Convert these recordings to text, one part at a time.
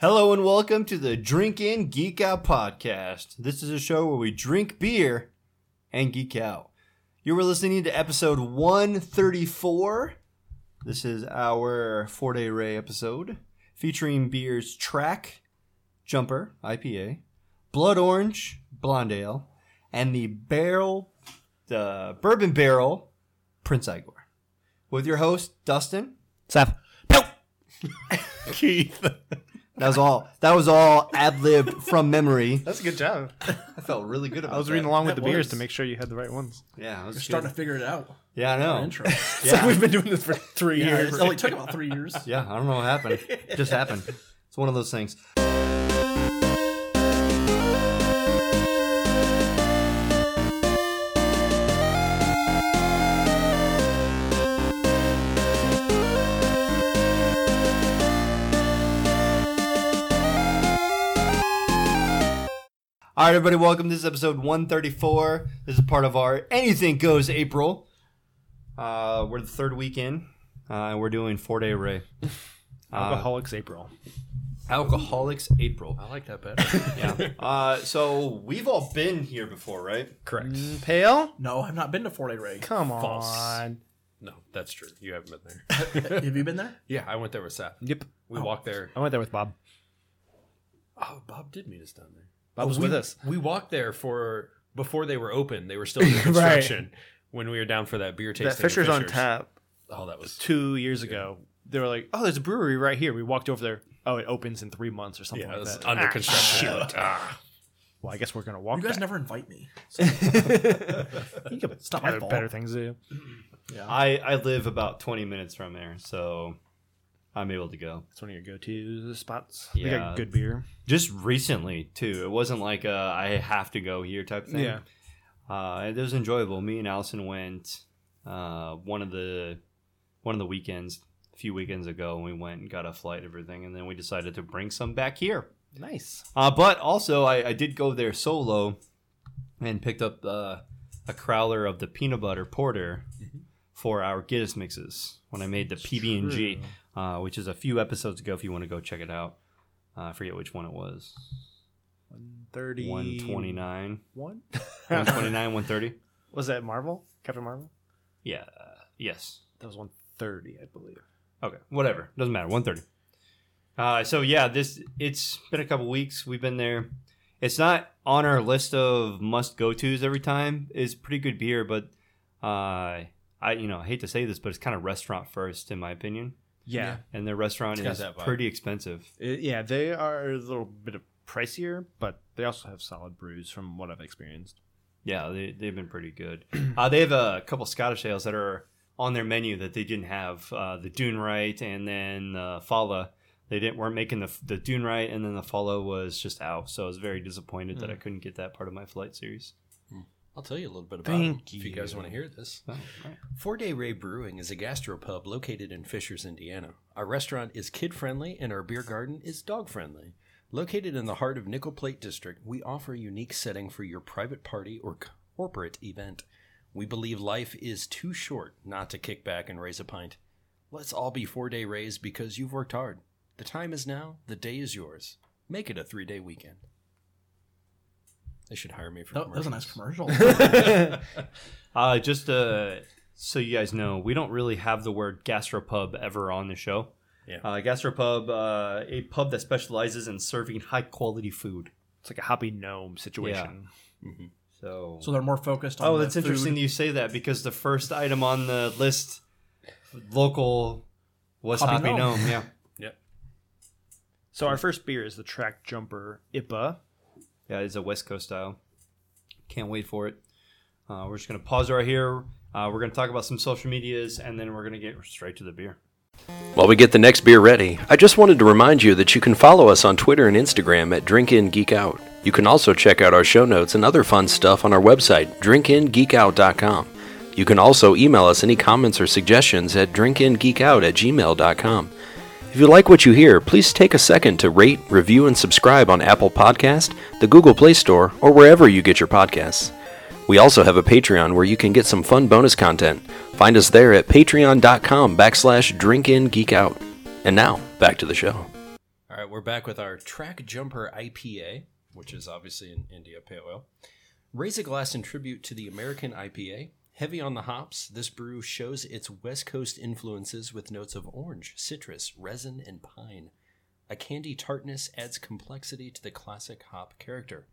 Hello and welcome to the Drink In Geek Out podcast. This is a show where we drink beer and geek out. You were listening to episode 134. This is our four day ray episode featuring beers Track, Jumper, IPA, Blood Orange, Blonde Ale, and the barrel, the bourbon barrel, Prince Igor. With your host, Dustin. Seth. Nope. That was all. That was all ad lib from memory. That's a good job. I felt really good about. I was reading along with the That beers was. to make sure you had the right ones. Yeah, I was You're good. starting to figure it out. Oh. Yeah, I Our know. intro. It's Yeah. We've been doing this for three years. It only took about three years. yeah, I don't know what happened. It just happened. It's one of those things. All right, everybody, welcome. This is episode 134. This is part of our Anything Goes April. Uh, we're the third week in, uh, and we're doing four day array. Alcoholics April. Alcoholics April. I like that better. Yeah. uh, so we've all been here before, right? Correct. Mm, pale? no, I've not been to Fort A. Ray. Come False. on. No, that's true. You haven't been there. Have you been there? yeah, I went there with Seth. Yep. We walked there. I went there with Bob. Oh, Bob did meet us down there. Bob was we, with us. We walked there for before they were open. They were still in construction when we were down for that beer tasting. That at Fisher's, on Fisher's. tap Oh, that was two years ago. They were like, oh, there's a brewery right here. We walked over there. Oh, it opens in three months or something yeah, it like was that. under Ah, construction. shoot. Ah. Well, I guess we're going to walk You guys back. never invite me. You could It's not my better, fault. better things to do. I, I live about 20 minutes from there, so I'm able to go. It's one of your go-to spots. They Yeah. got good beer. Just recently, too. It wasn't like a, I have to go here type thing. Yeah. Uh, it was enjoyable. Me and Allison went uh, one of the one of the weekends, a few weekends ago, and we went and got a flight, everything, and then we decided to bring some back here. Nice. Uh, but also, I, I did go there solo and picked up uh, a crowler of the peanut butter porter for our Guinness mixes when I made the PB and G, uh, which is a few episodes ago. If you want to go check it out, uh, I forget which one it was. 30... One twenty nine, One? one twenty nine, one thirty. was that Marvel? Captain Marvel? Yeah. uh, yes. That was 130, I believe. Okay. Whatever. Doesn't matter. One thirty. Uh, so yeah, this it's been a couple weeks. We've been there. It's not on our list of must go tos every time. It's pretty good beer, but uh, I you know I hate to say this, but it's kind of restaurant first in my opinion. yeah. And their restaurant It's got is that vibe. pretty expensive. Uh, Yeah, they are a little bit of pricier, but they also have solid brews from what I've experienced. Yeah, they they've been pretty good. uh, they have a couple Scottish ales that are on their menu that they didn't have uh, the Dune Right and then uh, Fala. They didn't weren't making the the Dune Right and then the Fala was just out. So I was very disappointed that I couldn't get that part of my flight series. I'll tell you a little bit about Thank it if you guys you. want to hear this. Oh, Four Day Ray Brewing is a gastropub located in Fishers, Indiana. Our restaurant is kid friendly and our beer garden is dog friendly. Located in the heart of Nickel Plate District, we offer a unique setting for your private party or corporate event. We believe life is too short not to kick back and raise a pint. Let's all be four day rays because you've worked hard. The time is now, the day is yours. Make it a three day weekend. They should hire me for That, that was a nice commercials. commercial. Uh, just uh, so you guys know, we don't really have the word gastropub ever on the show. Yeah. Uh, gastropub, uh, a pub that specializes in serving high quality food. It's like a hoppy gnome situation. So, so they're more focused on Oh, the that's food. interesting that you say that because the first item on the list, local, was Hoppy Hoppy Gnome. Gnome. Yeah. So our first beer is the Track Jumper IPA. Yeah, it's a West Coast style. Can't wait for it. Uh, we're just going to pause right here. Uh, we're going to talk about some social medias and then we're going to get straight to the beer. While we get the next beer ready, I just wanted to remind you that you can follow us on Twitter and Instagram at DrinkInGeekOut. You can also check out our show notes and other fun stuff on our website, drinkingeekout.com. You can also email us any comments or suggestions at drinkingeekout at gmail.com. If you like what you hear, please take a second to rate, review, and subscribe on Apple Podcast, the Google Play Store, or wherever you get your podcasts. We also have a Patreon where you can get some fun bonus content. Find us there at patreon.com backslash drinkingeekout. And now, back to the show. All All right, we're back with our Track Jumper IPA, which is obviously an India Pale Ale. Raise a glass in tribute to the American IPA. Heavy on the hops, this brew shows its West Coast influences with notes of orange, citrus, resin, and pine. A candy tartness adds complexity to the classic hop character.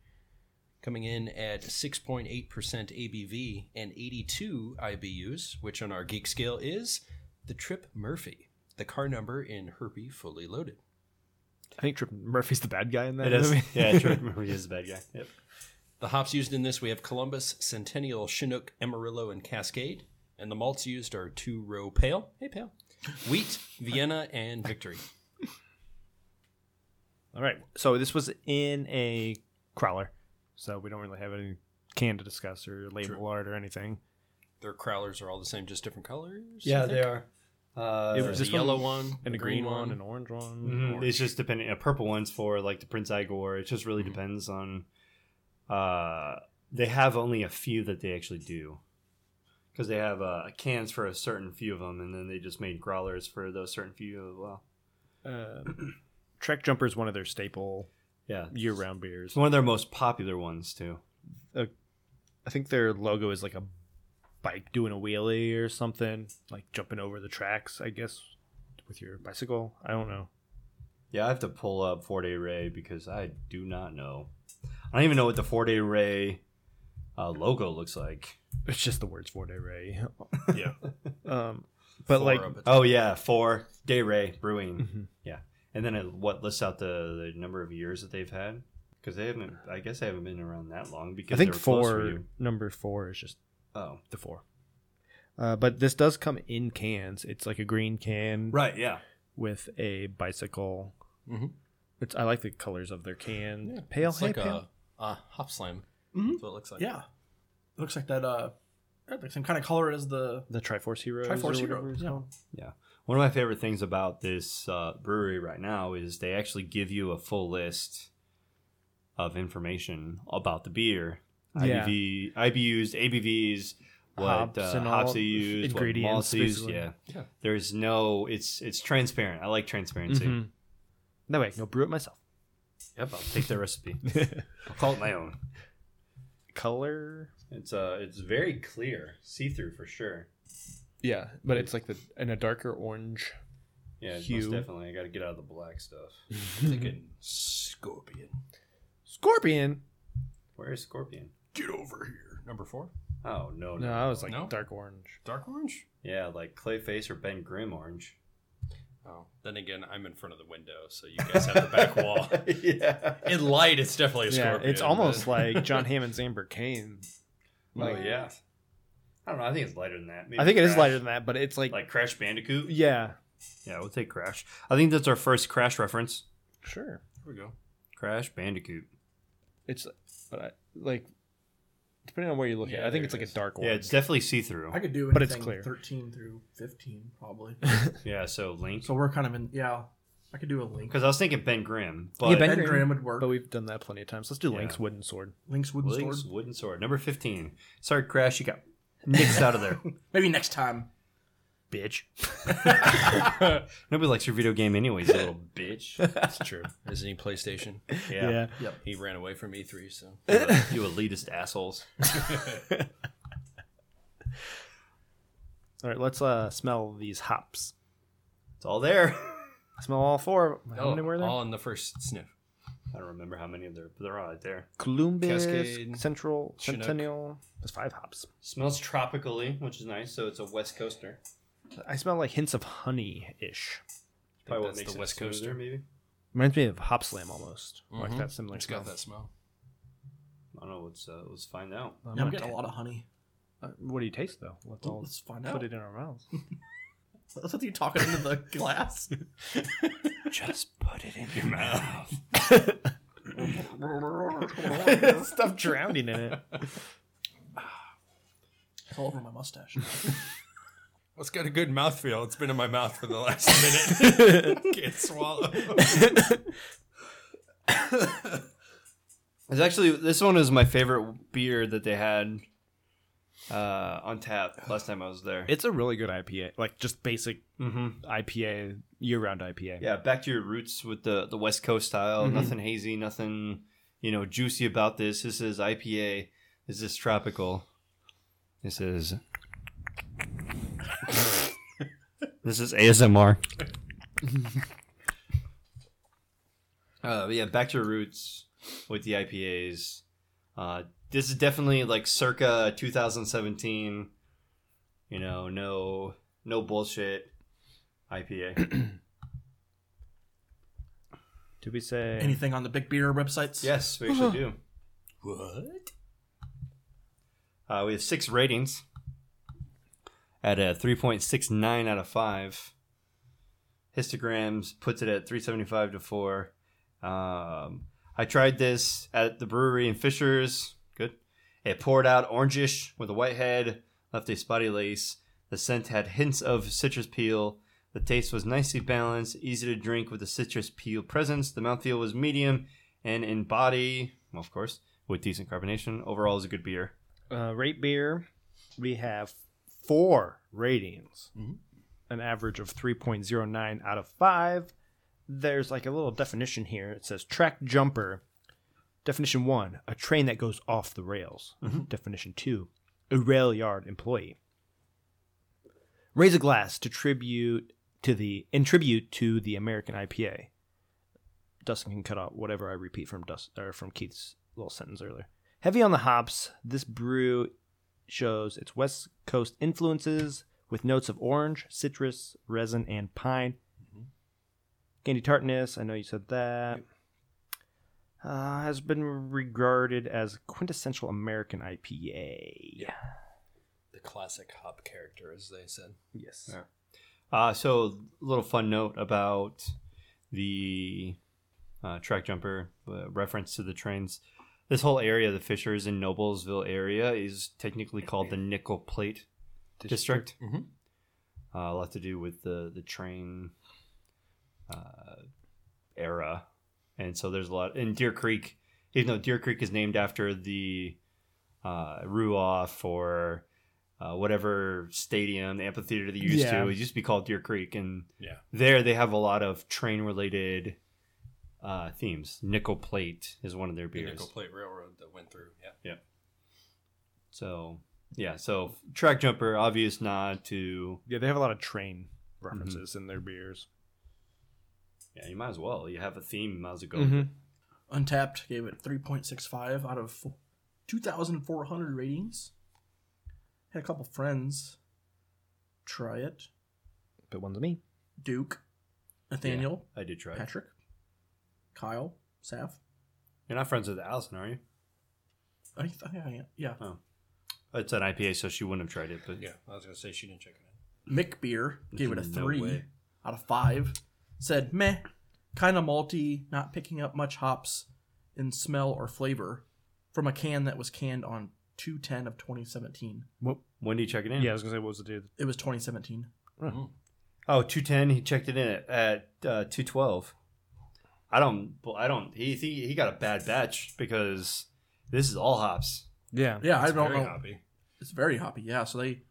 Coming in at 6.8% ABV and 82 IBUs, which on our geek scale is the Trip Murphy, the car number in Herpy Fully Loaded. I think Trip Murphy's the bad guy in that It is. movie. yeah, Trip Murphy is a bad guy. Yep. The hops used in this we have Columbus, Centennial, Chinook, Amarillo, and Cascade. And the malts used are two row pale, hey pale, wheat, Vienna, and Victory. All right. So this was in a crowler, so we don't really have any can to discuss or label art or anything. Their crowlers are all the same, just different colors. Yeah, they are. Uh, It There's was a This one yellow one, And a green, one, and an orange one. mhm, or- It's just depending. A purple one's for like the Prince Igor. It just really Mhm. depends on. Uh, they have only a few that they actually do, because they have uh, cans for a certain few of them, and then they just made growlers for those certain few as well. um, Trek Jumper is one of their staple Yeah, year-round beers. it's one of their most popular ones too. I think their logo is like a bike doing a wheelie or something, like jumping over the tracks, I guess, with your bicycle. I don't know. Yeah, I have to pull up four day ray because I do not know. I don't even know what the four day ray uh, logo looks like. It's just the words for day ray. yeah. Um, but like, Oh yeah, four day ray brewing, Mhm. and then it, what lists out the, the number of years that they've had because they haven't. I guess they haven't been around that long because I think they were close for four you. number four is just Oh, the four. Uh, but this does come in cans. It's like a green can right, yeah, with a bicycle. Mhm. It's I like the colors of their can. Yeah, Pale, it's hey, like pale. a, a hop slam. Mhm. Mm-hmm. That's what it looks like. Yeah. It looks like that, uh, yeah, like some kind of color as the the Triforce Heroes. or Triforce whatever Hero. it's Yeah. called. One of my favorite things about this uh, brewery right now is they actually give you a full list of information about the beer, Yeah. IBV, IBUs, ABVs, what Hops uh, and hops all they use, ingredients, what malts they use. basically. Yeah. Yeah. there's no. It's it's transparent. I like transparency. Mhm. No way, no brew it myself. Yep, I'll take their recipe. I'll call it my own. Color. It's uh, it's very clear, see through for sure. Yeah, but it's like the in a darker orange. Yeah, most Hue. definitely. I got to get out of the black stuff. Thinking scorpion. Scorpion. Where is Scorpion? Get over here. Number four. Oh no, No, I was like No? dark orange. Dark orange? yeah, like Clayface or Ben Grimm orange. Oh. Then again, I'm in front of the window, so you guys have the back wall. yeah. In light, it's definitely a Yeah, scorpion. it's almost but- like John Hammond's Amber Kane. oh yeah. I don't know. I think it's lighter than that. Maybe I think it is Crash. lighter than that, but it's like, Like Crash Bandicoot. yeah, Yeah, we'll take Crash. I think that's our first Crash reference. sure. Here we go. Crash Bandicoot. It's but I, like depending on where you look at, Yeah, it, I think there it's it like is. a dark Yeah, orange. it's definitely see through. I could do anything But it's clear. 13 through 15, probably. Yeah, so Link. so we're kind of in, yeah, I could do a Link. Because I was thinking Ben Grimm, but Yeah, Ben, Ben Graham Grimm. would work. but we've done that plenty of times. Let's do Yeah. Link's wooden sword. Link's Wooden Link's Sword. wooden sword number fifteen. Sorry, Crash, you got nixed out of there. Maybe next time. Bitch. Nobody likes your video game anyways, you little bitch. That's true. Isn't he PlayStation? Yeah. He ran away from E3, so. You, uh, you elitist assholes. All right, let's uh smell these hops. It's all there. I smell all four. How many were there? Oh, All in the first sniff. I don't remember how many of there, but they're all right there. Columbus, Cascade, Central, Chinook. Centennial. There's five hops. Smells tropically, which is nice. So it's a West Coaster. I smell like hints of honey ish. I Probably what think that's makes the it West smoother, Coaster. maybe. Reminds me of Hop Slam almost. Like Mhm. that similar. It's got that smell. I don't know. Let's uh, let's find out. i Yeah, I'm getting a lot of honey. "Uh, what do you taste though? Let's all Let's find out. put it in our mouths. Let's let you talk into the glass. Just put it in your mouth. Stuff drowning in it. It's all over my mustache. Well, it's got a good mouthfeel. It's been in my mouth for the last minute. Can't swallow. It's actually this one is my favorite beer that they had uh, on tap last time I was there. It's a really good IPA, like just basic mm-hmm. IPA, year-round IPA. Yeah, back to your roots with the the West Coast style. Mm-hmm. Nothing hazy, nothing you know juicy about this. This is IPA. This is tropical. This is this is ASMR. uh, but yeah, back to your roots with the IPAs. Uh, this is definitely like circa 2017. You know, no no bullshit IPA. Did we say Anything on the big beer websites? yes, we actually do. What? Uh, we have six ratings at a 3.69 out of 5. Histograms puts it at 375 to 4. Um, I tried this at the brewery in Fishers. Good. It poured out orangish with a white head, left a spotty lace. The scent had hints of citrus peel. The taste was nicely balanced, easy to drink with the citrus peel presence. The mouthfeel was medium and in body, well, of course, with decent carbonation. Overall, is a good beer. uh, rate beer? We have four ratings, an average of three point zero nine out of five. There's like a little definition here. It says track jumper. Definition one: a train that goes off the rails. Definition two: a rail yard employee. Raise a glass to tribute to the in tribute to the American IPA. Dustin can cut out whatever I repeat from Dust or from Keith's little sentence earlier. Heavy on the hops, this brew shows its West Coast influences with notes of orange, citrus, resin, and pine. Candy tartness, I know you said that. Uh, has been regarded as quintessential American IPA. The classic hop character, as they said. Yes. Yeah. Uh, so, a little fun note about the uh, track jumper uh, reference to the trains. This whole area, the Fishers and Noblesville area, is technically called the Nickel Plate District. Mhm. Uh, a lot to do with the the train uh, era, and so there's a lot in Deer Creek. Even though Deer Creek is named after the uh, Ruoff or uh, whatever stadium, the amphitheater they used Yeah. to. It used to be called Deer Creek, and Yeah. there they have a lot of train related uh, themes. Nickel Plate is one of their The beers. Nickel Plate Railroad that went through. Yeah. So yeah, so Track Jumper, obvious nod to Yeah, they have a lot of train references in their beers. yeah. You might as well. You have a theme, you might as well go. Mm-hmm. Mm-hmm. Untapped gave it 3.65 out of fo- 2,400 ratings. Had a couple friends try it. But one's me. Duke, Nathaniel, I did try. it. Patrick, Kyle, Saf. You're not friends with Allison, are you? Oh. I think I think I am. Yeah. It's an IPA, so she wouldn't have tried it. But Yeah. I was gonna say she didn't check it out. Mick Beer gave it a No three way. out of five. Said meh, kind of malty, not picking up much hops in smell or flavor from a can that was canned on 210 of 2017. when did you check it in? Yeah, I was gonna say what was the date? It was 2017. Oh, 210. He checked it in at, at uh, 212. I don't. well, I don't. He, he he got a bad batch because this is all hops. Yeah. Yeah, I It's don't very know. hoppy. It's very hoppy. Yeah, so they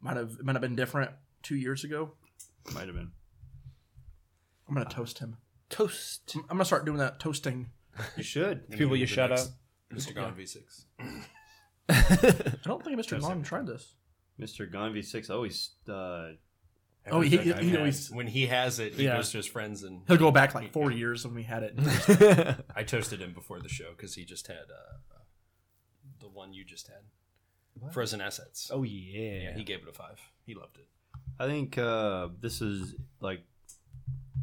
might have it might have been different two years ago. Might have been. I'm gonna toast him. Toast. I'm I'm gonna start doing that toasting. You should. People you shout out. Mr. Gone V6. I don't think Mr. Long tried this. Mr. Gon V6 always. Uh, Oh, he- Everything I've he had, always- when he has it, he Yeah. goes to his friends and He'll go back like four years when we had it. I toasted him before the show because he just had uh, the one you just had, Frozen Assets. oh yeah. yeah, he gave it a five. He loved it. I think uh, this is like.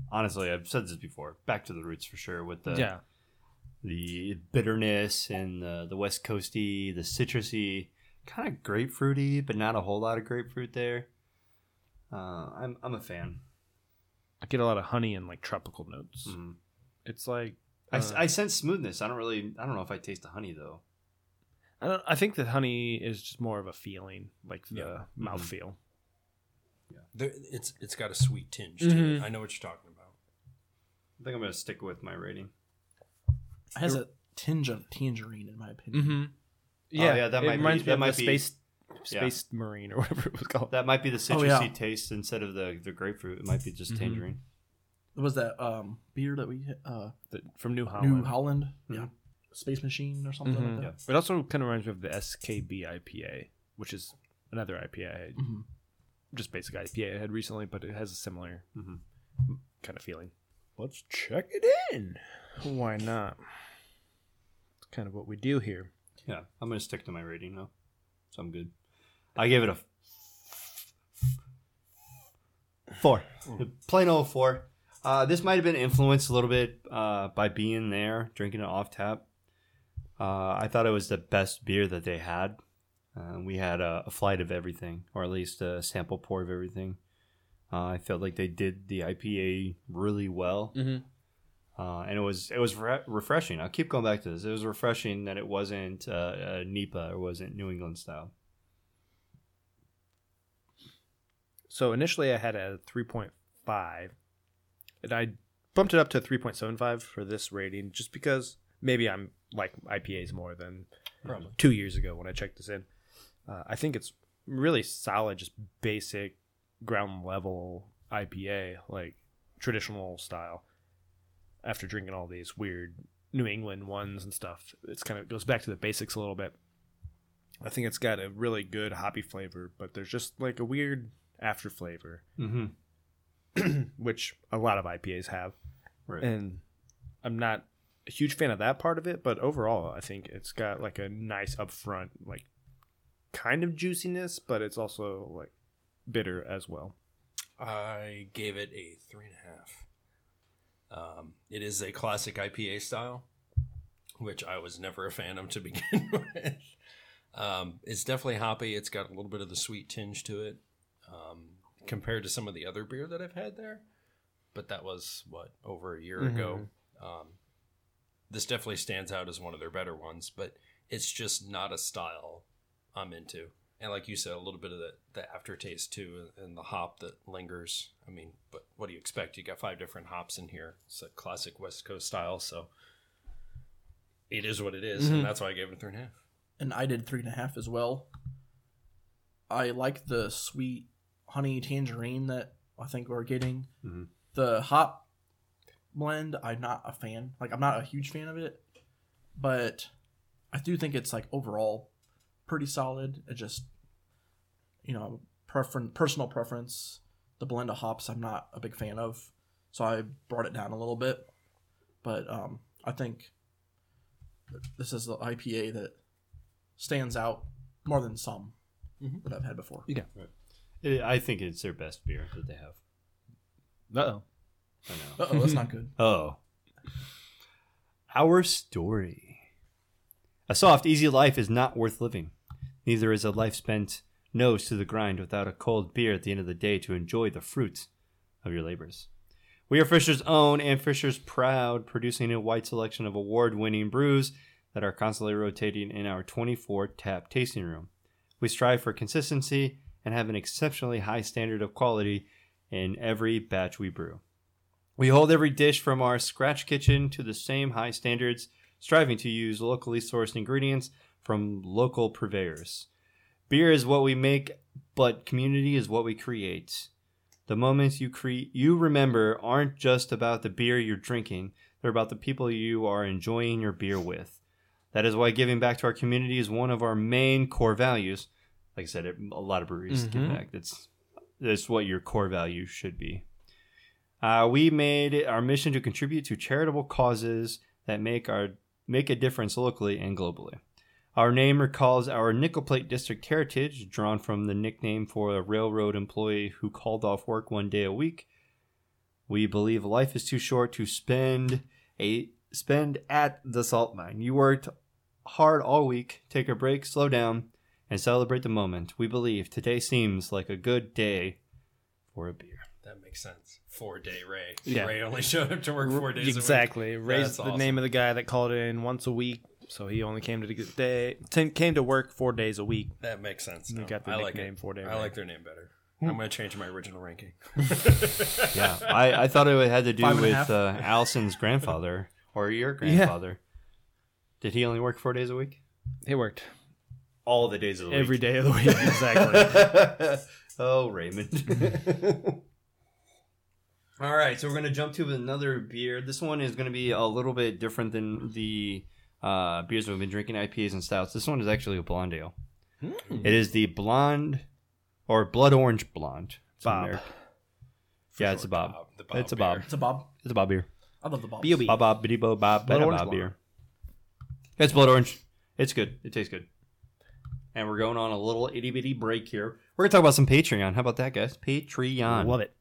Honestly, I've said this before. Back to the roots for sure with the yeah. the bitterness and the, the West Coasty, the citrusy, kind of grapefruity, but not a whole lot of grapefruit there. Uh, I'm I'm a fan. I get a lot of honey and like tropical notes. Mhm. It's like I, uh, I sense smoothness. I don't really. I don't know if I taste the honey though. I don't. I think that honey is just more of a feeling, like the Yeah. mouthfeel. There, it's it's got a sweet tinge to it. Mhm. Mm-hmm. I know what you're talking about. I think I'm gonna stick with my rating. It has a tinge of tangerine, in my opinion. Mm-hmm. Yeah, yeah, that it might be- reminds me that of might the be- space Space Marine or whatever it was called. That might be the citrusy Oh, yeah. taste instead of the, the grapefruit. It might be just Mhm. tangerine. was that um beer that we uh The- from New Holland. New Holland? Yeah, Space Machine or something Mhm. like that. It also kind of reminds me of the SKB IPA, which is another IPA, I had- Mhm. just basic IPA I had recently, but it has a similar Mhm. kind of feeling. Let's check it in. Why not? It's kind of what we do here. Yeah, I'm gonna stick to my rating though, so I'm good. I gave it a four, plain old four. Uh, this might have been influenced a little bit uh, by being there, drinking it off tap. Uh, I thought it was the best beer that they had. Uh, we had a, a flight of everything, or at least a sample pour of everything. Uh, I felt like they did the IPA really well Mm-hmm. uh, and it was it was re- refreshing. I'll keep going back to this. It was refreshing that it wasn't uh, uh, NEPA or wasn't New England style. So initially I had a 3.5, and I bumped it up to 3.75 for this rating just because maybe I'm like IPAs more than Probably. two years ago when I checked this in. Uh, I think it's really solid, just basic ground level IPA, like traditional style. After drinking all these weird New England ones and stuff, it's kind of goes back to the basics a little bit. I think it's got a really good hoppy flavor, but there's just like a weird after flavor, Mm-hmm. which a lot of IPAs have Right. and I'm not a huge fan of that part of it, but overall, I think it's got like a nice upfront, like kind of juiciness, but it's also like bitter as well. I gave it a three and a half. Um, it is a classic IPA style, which I was never a fan of to begin with. Um, it's definitely hoppy. It's got a little bit of the sweet tinge to it um, compared to some of the other beer that I've had there. But that was what over a year ago. Um, this definitely stands out as one of their better ones, but it's just not a style I'm into. And like you said, a little bit of the, the aftertaste too, and the hop that lingers. I mean, but what do you expect? You got five different hops in here. It's a classic West Coast style, so it is what it is, and that's why I gave it a three and a half. and I did three and a half as well. I like the sweet honey tangerine that I think we're getting. Mhm. The hop blend, I'm not a fan. Like I'm not a huge fan of it, but I do think it's like overall pretty solid. It just, you know, prefer- personal preference. The blend of hops, I'm not a big fan of, so I brought it down a little bit. But um, I think this is the IPA that stands out more than some that I've had before. It, I think it's their best beer that they have. Uh I know. Uh oh, that's not good. Oh. Our story. A soft, easy life is not worth living. Neither is a life spent nose to the grind without a cold beer at the end of the day to enjoy the fruit of your labors. We are Fisher's Own and Fisher's Proud, producing a wide selection of award winning brews that are constantly rotating in our 24 tap tasting room. We strive for consistency and have an exceptionally high standard of quality in every batch we brew. We hold every dish from our scratch kitchen to the same high standards, striving to use locally sourced ingredients from local purveyors. Beer is what we make, but community is what we create. The moments you cre- you remember aren't just about the beer you're drinking, they're about the people you are enjoying your beer with. That is why giving back to our community is one of our main core values. Like I said, it, a lot of breweries give Mhm. back. That's that's what your core value should be. Uh, we made it our mission to contribute to charitable causes that make our make a difference locally and globally. Our name recalls our nickel plate district heritage, drawn from the nickname for a railroad employee who called off work one day a week. We believe life is too short to spend a spend at the salt mine. You worked hard all week. Take a break, slow down, and celebrate the moment. We believe today seems like a good day for a beer. That makes sense. Four day Ray. Yeah. Ray only showed up to work oh. four days. Exactly. A week. Raised That's the awesome. name of the guy that called in once a week, so he only came to the day ten, came to work four days a week. That makes sense. You now. got the I like nickname it. Four Day I Ray. Hmm. like their name better. I'm gonna change my original ranking. yeah, I, I thought it had to do Five and a with half. uh, Allison's grandfather or your grandfather. Did he only work four days a week? He worked all the days of the every week. day of the week. Exactly. oh, Raymond. All right, so we're going to jump to another beer. This one is going to be a little bit different than the uh, beers we've been drinking, IPAs and stouts. This one is actually a blonde ale. Hmm. It is the blonde or blood orange blonde. It's an Bob. Ameri- yeah, it's a bob. The Bob It's a beer. bob. It's a bob. It's a bob beer. I love the bob. B.O.B. Bob bob bitty bo bob Blood bada orange bob blonde. beer. It's blood orange. It's good. It tastes good. And we're going on a little itty bitty break here. We're gonna talk about some Patreon. How about that, guys? Patreon. Love it.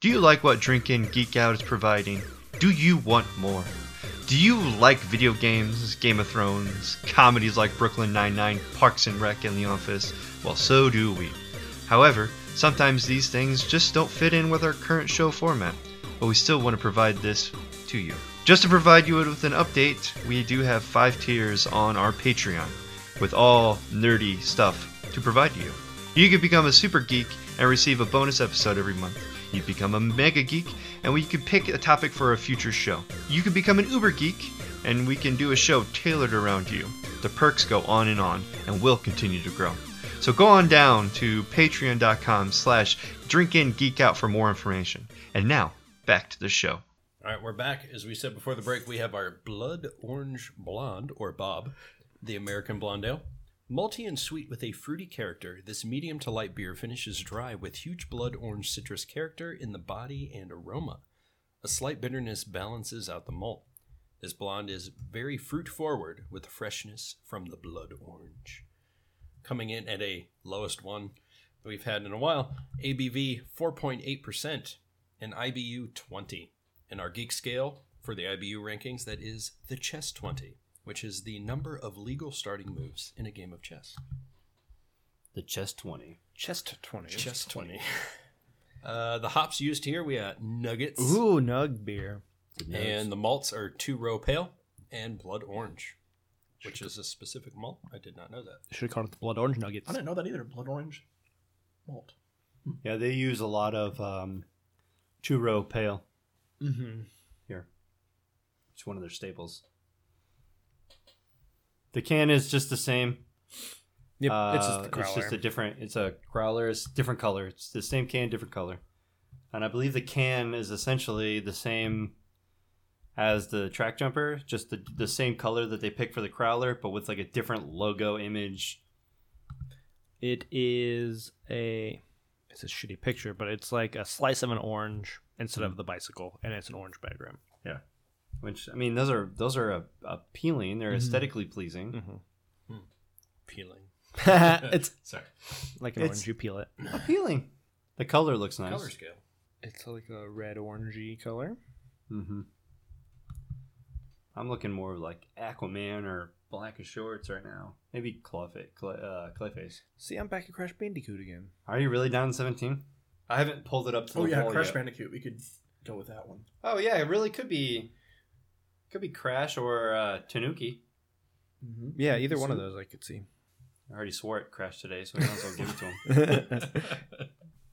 Do you like what Drink In Geek Out is providing? Do you want more? Do you like video games, Game of Thrones, comedies like Brooklyn Nine-Nine, Parks and Rec, and The Office? Well, so do we. However, sometimes these things just don't fit in with our current show format, but we still want to provide this to you. Just to provide you with an update, we do have five tiers on our Patreon with all nerdy stuff to provide you. You could become a super geek and receive a bonus episode every month. You could become a mega geek, and we could pick a topic for a future show. You could become an uber geek, and we can do a show tailored around you. The perks go on and on, and will continue to grow. So go on down to patreon.com slash drinkingeekout for more information. And now, back to the show. All right, we're back. As we said before the break, we have our Blood Orange Blonde, or Bob, the American Blonde Ale. Malty and sweet with a fruity character, this medium to light beer finishes dry with huge blood orange citrus character in the body and aroma. A slight bitterness balances out the malt. This blonde is very fruit forward with the freshness from the blood orange. Coming in at a lowest one that we've had in a while, ABV 4.8% and IBU 20. In our geek scale for the IBU rankings, that is the chess 20, which is the number of legal starting moves in a game of chess. The Chess 20. Chest 20. Chess 20. Uh, the hops used here, we got nuggets. Ooh, nug beer. And the malts are two row pale and blood orange, which is a specific malt. I did not know that. Should have called it the blood orange nuggets. I didn't know that either. Blood orange malt. Yeah, they use a lot of um, two-row pale Mm-hmm. here. It's one of their staples. The can is just the same. Yep, it's Uh, just the crowler. It's just a different. It's a growler. It's different color. It's the same can, different color. And I believe the can is essentially the same as the track jumper, just the the same color that they pick for the crowler, but with like a different logo image. It is a it's a shitty picture, but it's like a slice of an orange instead of the bicycle, and it's an orange background. Which I mean, those are those are a- appealing. Mm-hmm. They're aesthetically pleasing. Peeling. it's Sorry. like an It's- orange. You peel it. Appealing. The color looks nice. Color scale. It's like a red orangey color. Mm-hmm. I'm looking more like Aquaman or Black and Shorts right now. Maybe Clawface. Clay, uh, Clayface. See, I'm back at Crash Bandicoot again. Are you really down in 17? I haven't pulled it up to Oh the yeah, wall Crash yet. Bandicoot. We could go with that one. Oh yeah, it really could be, could be Crash or uh, Tanuki. Mm-hmm. Hmm, Yeah, either one of those I could see. I already swore at Crash today, so we might as well give it to him.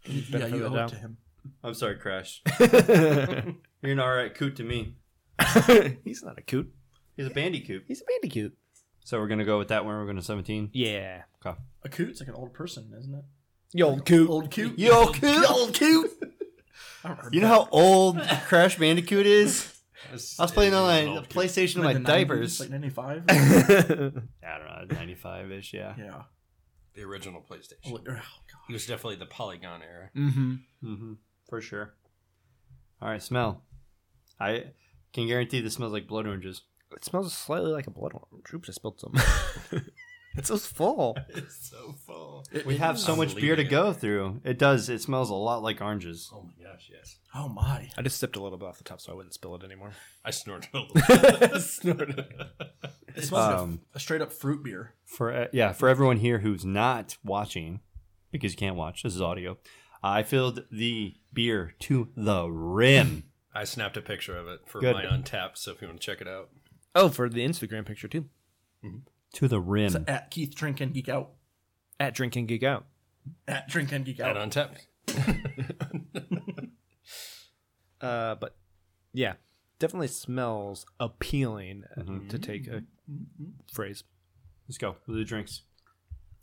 Yeah, Benefit you of the owe it doubt. to him. I'm sorry, Crash. You're an alright coot to me. He's not a coot. He's a bandicoot. He's a bandicoot. So we're gonna go with that one. We're gonna 17. Yeah. A coot's like an old person, isn't it? Yo, old coot. Old coot. Yo, coot, old coot. I don't remember. You know how old Crash Bandicoot is? I was playing on Old my coot. PlayStation in Like my the 90s, diapers. like ninety five. I don't know, 95 ish, yeah. yeah. The original PlayStation. Oh, oh, God. He was definitely the Polygon era. mm-hmm. Mm-hmm, for sure. All right, smell. I can guarantee this smells like blood oranges. It smells slightly like a blood orange. Oops, I spilled some. it's so full. It's so full. We have so I'm much beer to leaving it. go through. It does. It smells a lot like oranges. Oh my gosh, yes. Oh my. I just sipped a little bit off the top so I wouldn't spill it anymore. I snorted a little. It smells like Um, a, a straight up fruit beer. For uh, yeah, for everyone here who's not watching, because you can't watch. This is audio. I filled the beer to the rim. I snapped a picture of it for Good. my untapped, so if you want to check it out. Oh, for the Instagram picture too. to the rim. At Keith Drink and Geek Out. At Drink and Geek Out. At Drink and Geek Oh. At Out. untapped. Uh, but yeah, definitely smells Mm-hmm. appealing uh, to take a phrase. Let's go with the drinks.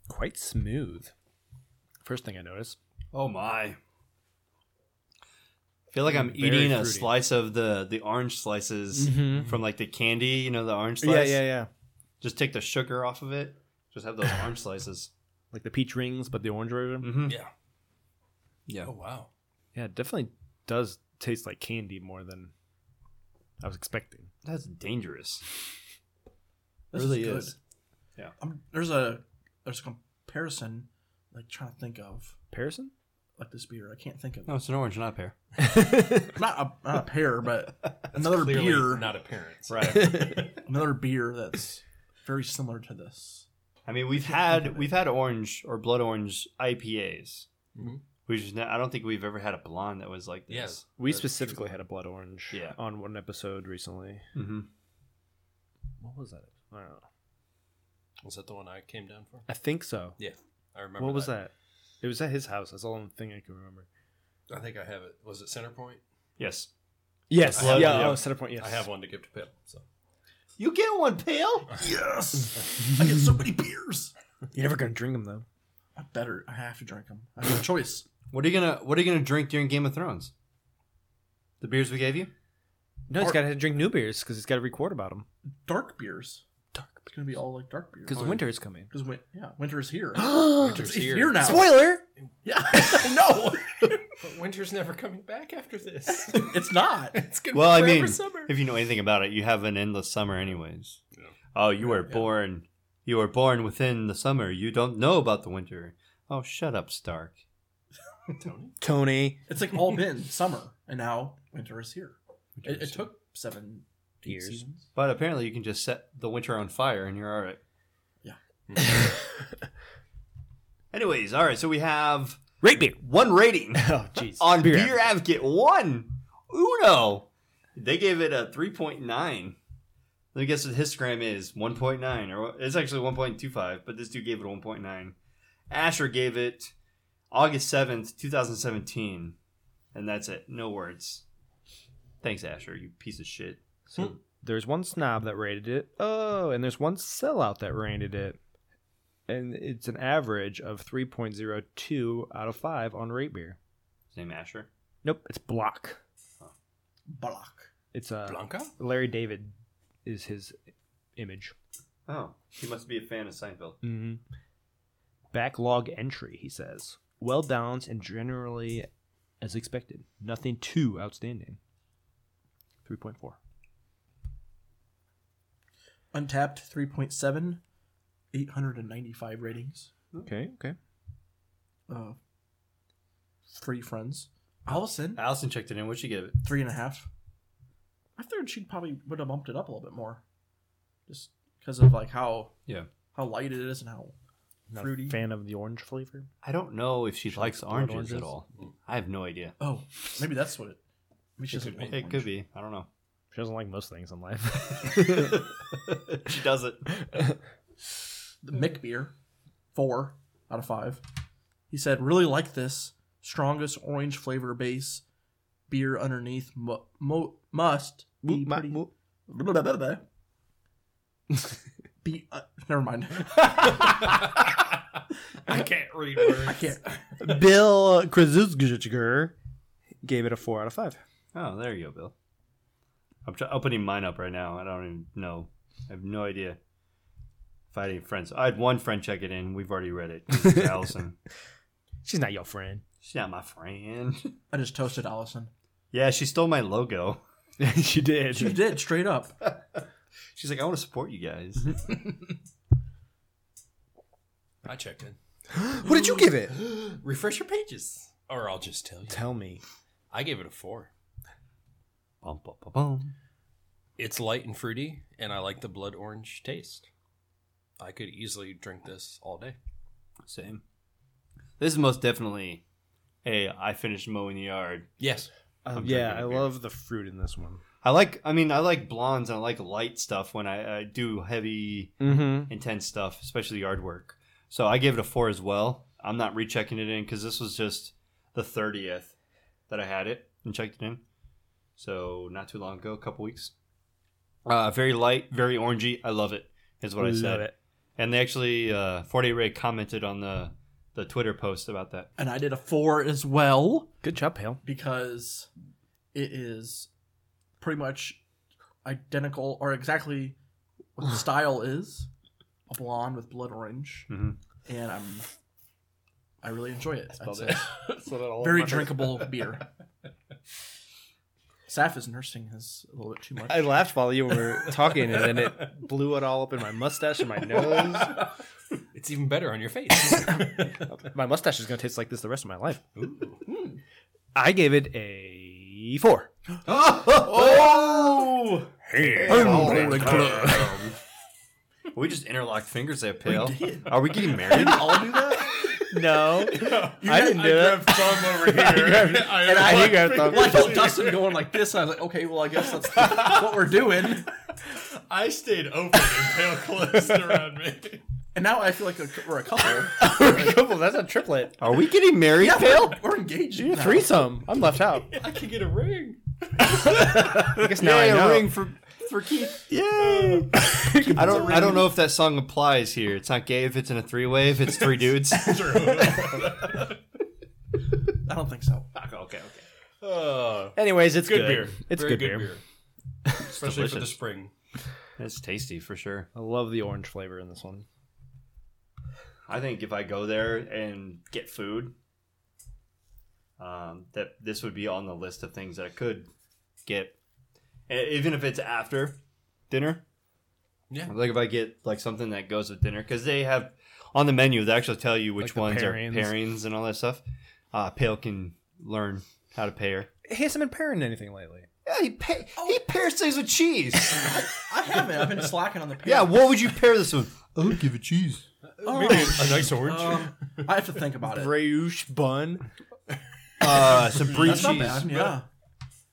quite smooth. First thing I noticed. Oh my. I feel like I'm Very eating a fruity. Mm-hmm. slice of the the orange slices from like the candy, you know, the orange slice. yeah. Just take the sugar off of it. Just have those orange slices. Like the peach rings, but the orange version. Mm-hmm. Yeah. Yeah. Oh wow. Yeah, it definitely does taste like candy more than I was expecting. That's dangerous. This really good. is. Yeah. I'm, there's a there's a comparison. Like trying to think of Parison? like this beer, I can't think of. No, it's an orange, not a pear. Not a, not a pear, but another Clearly beer. not appearance. Right. another beer that's very similar to this. I mean, we've had we've had orange or blood orange IPAs. Mm-hmm. Mhm. Which is not, I don't think we've ever had a blonde that was like this. Yes. We That's specifically true. had a blood orange Yeah. on one episode recently. Mm-hmm. What was that? I don't know. Was that the one I came down for? I think so. Yeah, I remember. what was that? It was at his house. That's the only thing I can remember. I think I have it. Was it Centerpoint? Yes. Yes. I have- yeah. yeah. Oh, center point. Yes. I have one to give to Pip. So You get one pale. Yes, I get so many beers. You're never gonna drink them though. I better. I have to drink them. I have no choice. What are you gonna What are you gonna drink during Game of Thrones? The beers we gave you. No, he's got to drink new beers because he's got to record about them Dark beers. Dark. It's gonna be all like dark beers. because winter is coming. Because win- yeah, winter's here. winter's It's here Oh, now. Spoiler. Yeah, I know. But winter's never coming back after this. It's not. it's gonna Well, well, I be forever mean, summer. if you know anything about it, you have an endless summer, anyways. Yeah. Oh, you were Yeah. born. You were born within the summer. You don't know about the winter. Oh, shut up, Stark. Tony. Tony. It's like all been summer, and now winter is here. It, it took seven eight Years. seasons. But apparently, you can just set the winter on fire, and you're all right. Anyways, all right. So we have Rate beer. one rating Oh, jeez. on Beer, Advocate. One Uno. They gave it a three point nine. Let me guess what the histogram is one point nine, or what- it's actually one point two five, but this dude gave it one point nine. Asher gave it August seventh, two thousand seventeen, and that's it. No words. Thanks, Asher. You piece of shit. So there's one snob that rated it. Oh, and there's one sellout that rated it. And it's an average of 3.02 out of 5 on rate beer. His name Asher. Nope, it's Block. Block. It's uh, Blanca. Larry David is his image. Oh, he must be a fan of Seinfeld. Mm-hmm. Backlog entry, he says. Well balanced and generally as expected. Nothing too outstanding. 3.4. Untapped 3.7, 895 ratings. Okay, okay. Uh, three friends. Allison, Allison checked it in. What'd she give it? three and a half. I thought she probably would have bumped it up a little bit more, just because of like how Yeah. how light it is and how Not Fruity. a fan of the orange flavor. I don't know if she likes oranges, oranges? at all. I have no idea. oh maybe that's what it. Maybe she It doesn't could, like it could be. I don't know. She doesn't like most things in life. she does it. the Mick beer, four out of five. He said, really like this strongest orange flavor base beer underneath mu- mu- must be pretty. Blah, blah, blah, blah. be uh, never mind. I can't read words. I can't. Bill Krasuzgiger gave it a four out of five. Oh, there you go, Bill. I'm try- opening mine up right now. I don't even know. I have no idea if I had any friends. I had one friend check it in. We've already read it. Allison. She's not your friend. She's not my friend. I just toasted Allison. Yeah, she stole my logo. she did. She did straight up. She's like, I want to support you guys. I checked in. What did you give it? Refresh your pages, or I'll just tell you. Tell me. I gave it a four. bum, bum, bum, bum. It's light and fruity, and I like the blood orange taste. I could easily drink this all day. Same. This is most definitely a I finished mowing the yard Yes. I'm Oh, yeah, drinking I a beer. love the fruit in this one. I like. I mean, I like blondes and I like light stuff when I, I do heavy, Mm-hmm. intense stuff, especially yard work. So I gave it a four as well. I'm not rechecking it in because this was just the thirtieth that I had it and checked it in. So not too long ago, a couple weeks. Uh, very light, very orangey. I love it. Is what I said. Love it. And they actually, uh, 48 Ray commented on the, the Twitter post about that. and I did a four as well Good job, Hale. because it is pretty much identical or exactly what the style is a blonde with blood orange, Mhm. and I'm I really enjoy it. It's it. a very drinkable beer. Saf is nursing his a little bit too much. I laughed while you were talking, and then it blew it all up in my mustache and my nose. It's even better on your face. my mustache is going to taste like this the rest of my life. Ooh. I gave it a four. Oh! club. We just interlocked fingers there, Pale. did. Are we getting married? I'll do that. No, I didn't do it. thumb over here. And I think I Well, I thought felt Dustin going like this, and I was like, okay, well, I guess that's what we're doing. I stayed open and pale closed around me. And now I feel like a, we're a couple. a couple. That's a triplet. Are we getting married, Yeah, Pale? we're, we're engaged. You now. threesome. I'm left out. I could get a ring. I guess now Yay, I know. a ring for for Keith. Yay! I don't I don't know if that song applies here. It's not gay if it's in a three way. If it's three dudes. True. I don't think so. okay, okay. Oh, Anyways, it's good, good, beer. It's Very good, beer. Especially for the delicious. spring. That's tasty for sure. I love the orange flavor in this one. I think if I go there and get food, um, that this would be on the list of things that I could get, E- even if it's after dinner. Yeah. like if I get like something that goes with dinner because they have on the menu they actually tell you Like which the ones pairings. are pairings and all that stuff. Uh, Pale can learn how to pair. He hasn't been pairing anything lately. Yeah, he pa- he pairs things with cheese. I haven't. I've been slacking on the yeah, what would you pair this with? I would give it cheese. Oh, Maybe a nice orange. um, I have to think about it. Brioche bun. Uh, some brie That's not cheese, bad. Yeah.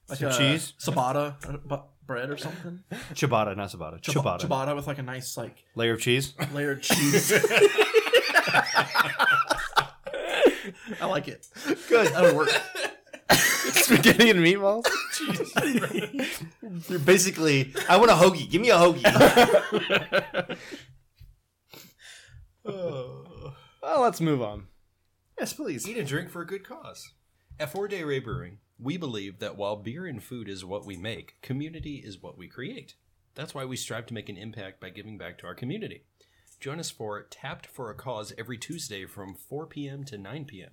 Like Some a cheese? ciabatta uh, bu- bread or something. ciabatta, not ciabatta, Ciaba- ciabatta, Ciabatta with like a nice like layer of cheese. layered cheese. I like it. Good. That would work. Spaghetti and meatballs. You're basically, I want a hoagie. Give me a hoagie. Well, let's move on. yes, please. Eat and drink for a good cause. At Four Day Ray Brewing, we believe that while beer and food is what we make, community is what we create. That's why we strive to make an impact by giving back to our community. Join us for Tapped for a Cause every Tuesday from 4 p.m. to 9 p.m.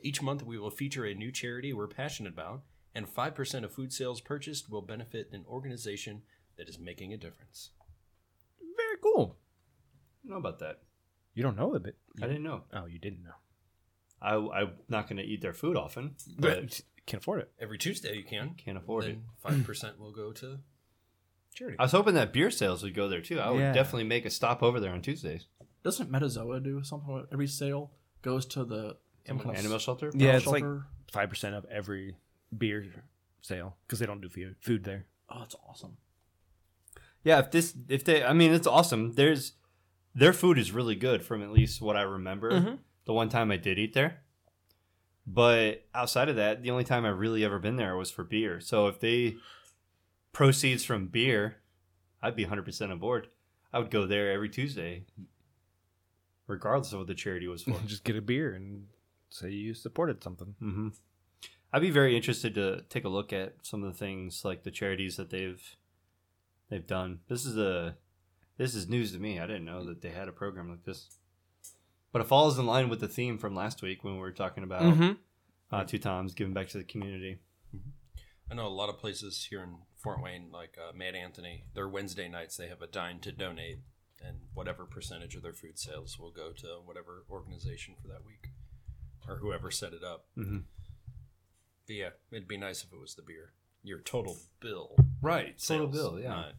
Each month, we will feature a new charity we're passionate about, and 5% of food sales purchased will benefit an organization that is making a difference. Very cool. I don't know about that. You don't know a bit. I didn't know. Oh, you didn't know. I, I'm not going to eat their food often, but Can't afford it. Every Tuesday, you can. can't afford it. Then 5% will go to charity. I was hoping that beer sales would go there too. I would Yeah. definitely make a stop over there on Tuesdays. Doesn't Metazoa do something? With every sale goes to the some kind of Animal shelter? Yeah. animal it's like- shelter? Five percent of every beer sale because they don't do fu- food there. oh, that's awesome. Yeah, if this, if they, I mean, it's awesome. There's, their food is really good from at least what I remember the one time I did eat there. But outside of that, the only time I really ever been there was for beer. So if they proceeds from beer, I'd be 100% on board. I would go there every Tuesday, regardless of what the charity was for. Just get a beer and say you supported something. Mm-hmm. I'd be very interested to take a look at some of the things like the charities that they've they've done. This is a this is news to me. I didn't know that they had a program like this. But it falls in line with the theme from last week when we were talking about uh, two times giving back to the community. I know a lot of places here in Fort Wayne, like uh, Mad Anthony, their Wednesday nights they have a dine to donate, and whatever percentage of their food sales will go to whatever organization for that week, or whoever set it up. Mm-hmm. But yeah, it'd be nice if it was the beer. Your total bill, Right, total sales, bill. Yeah, not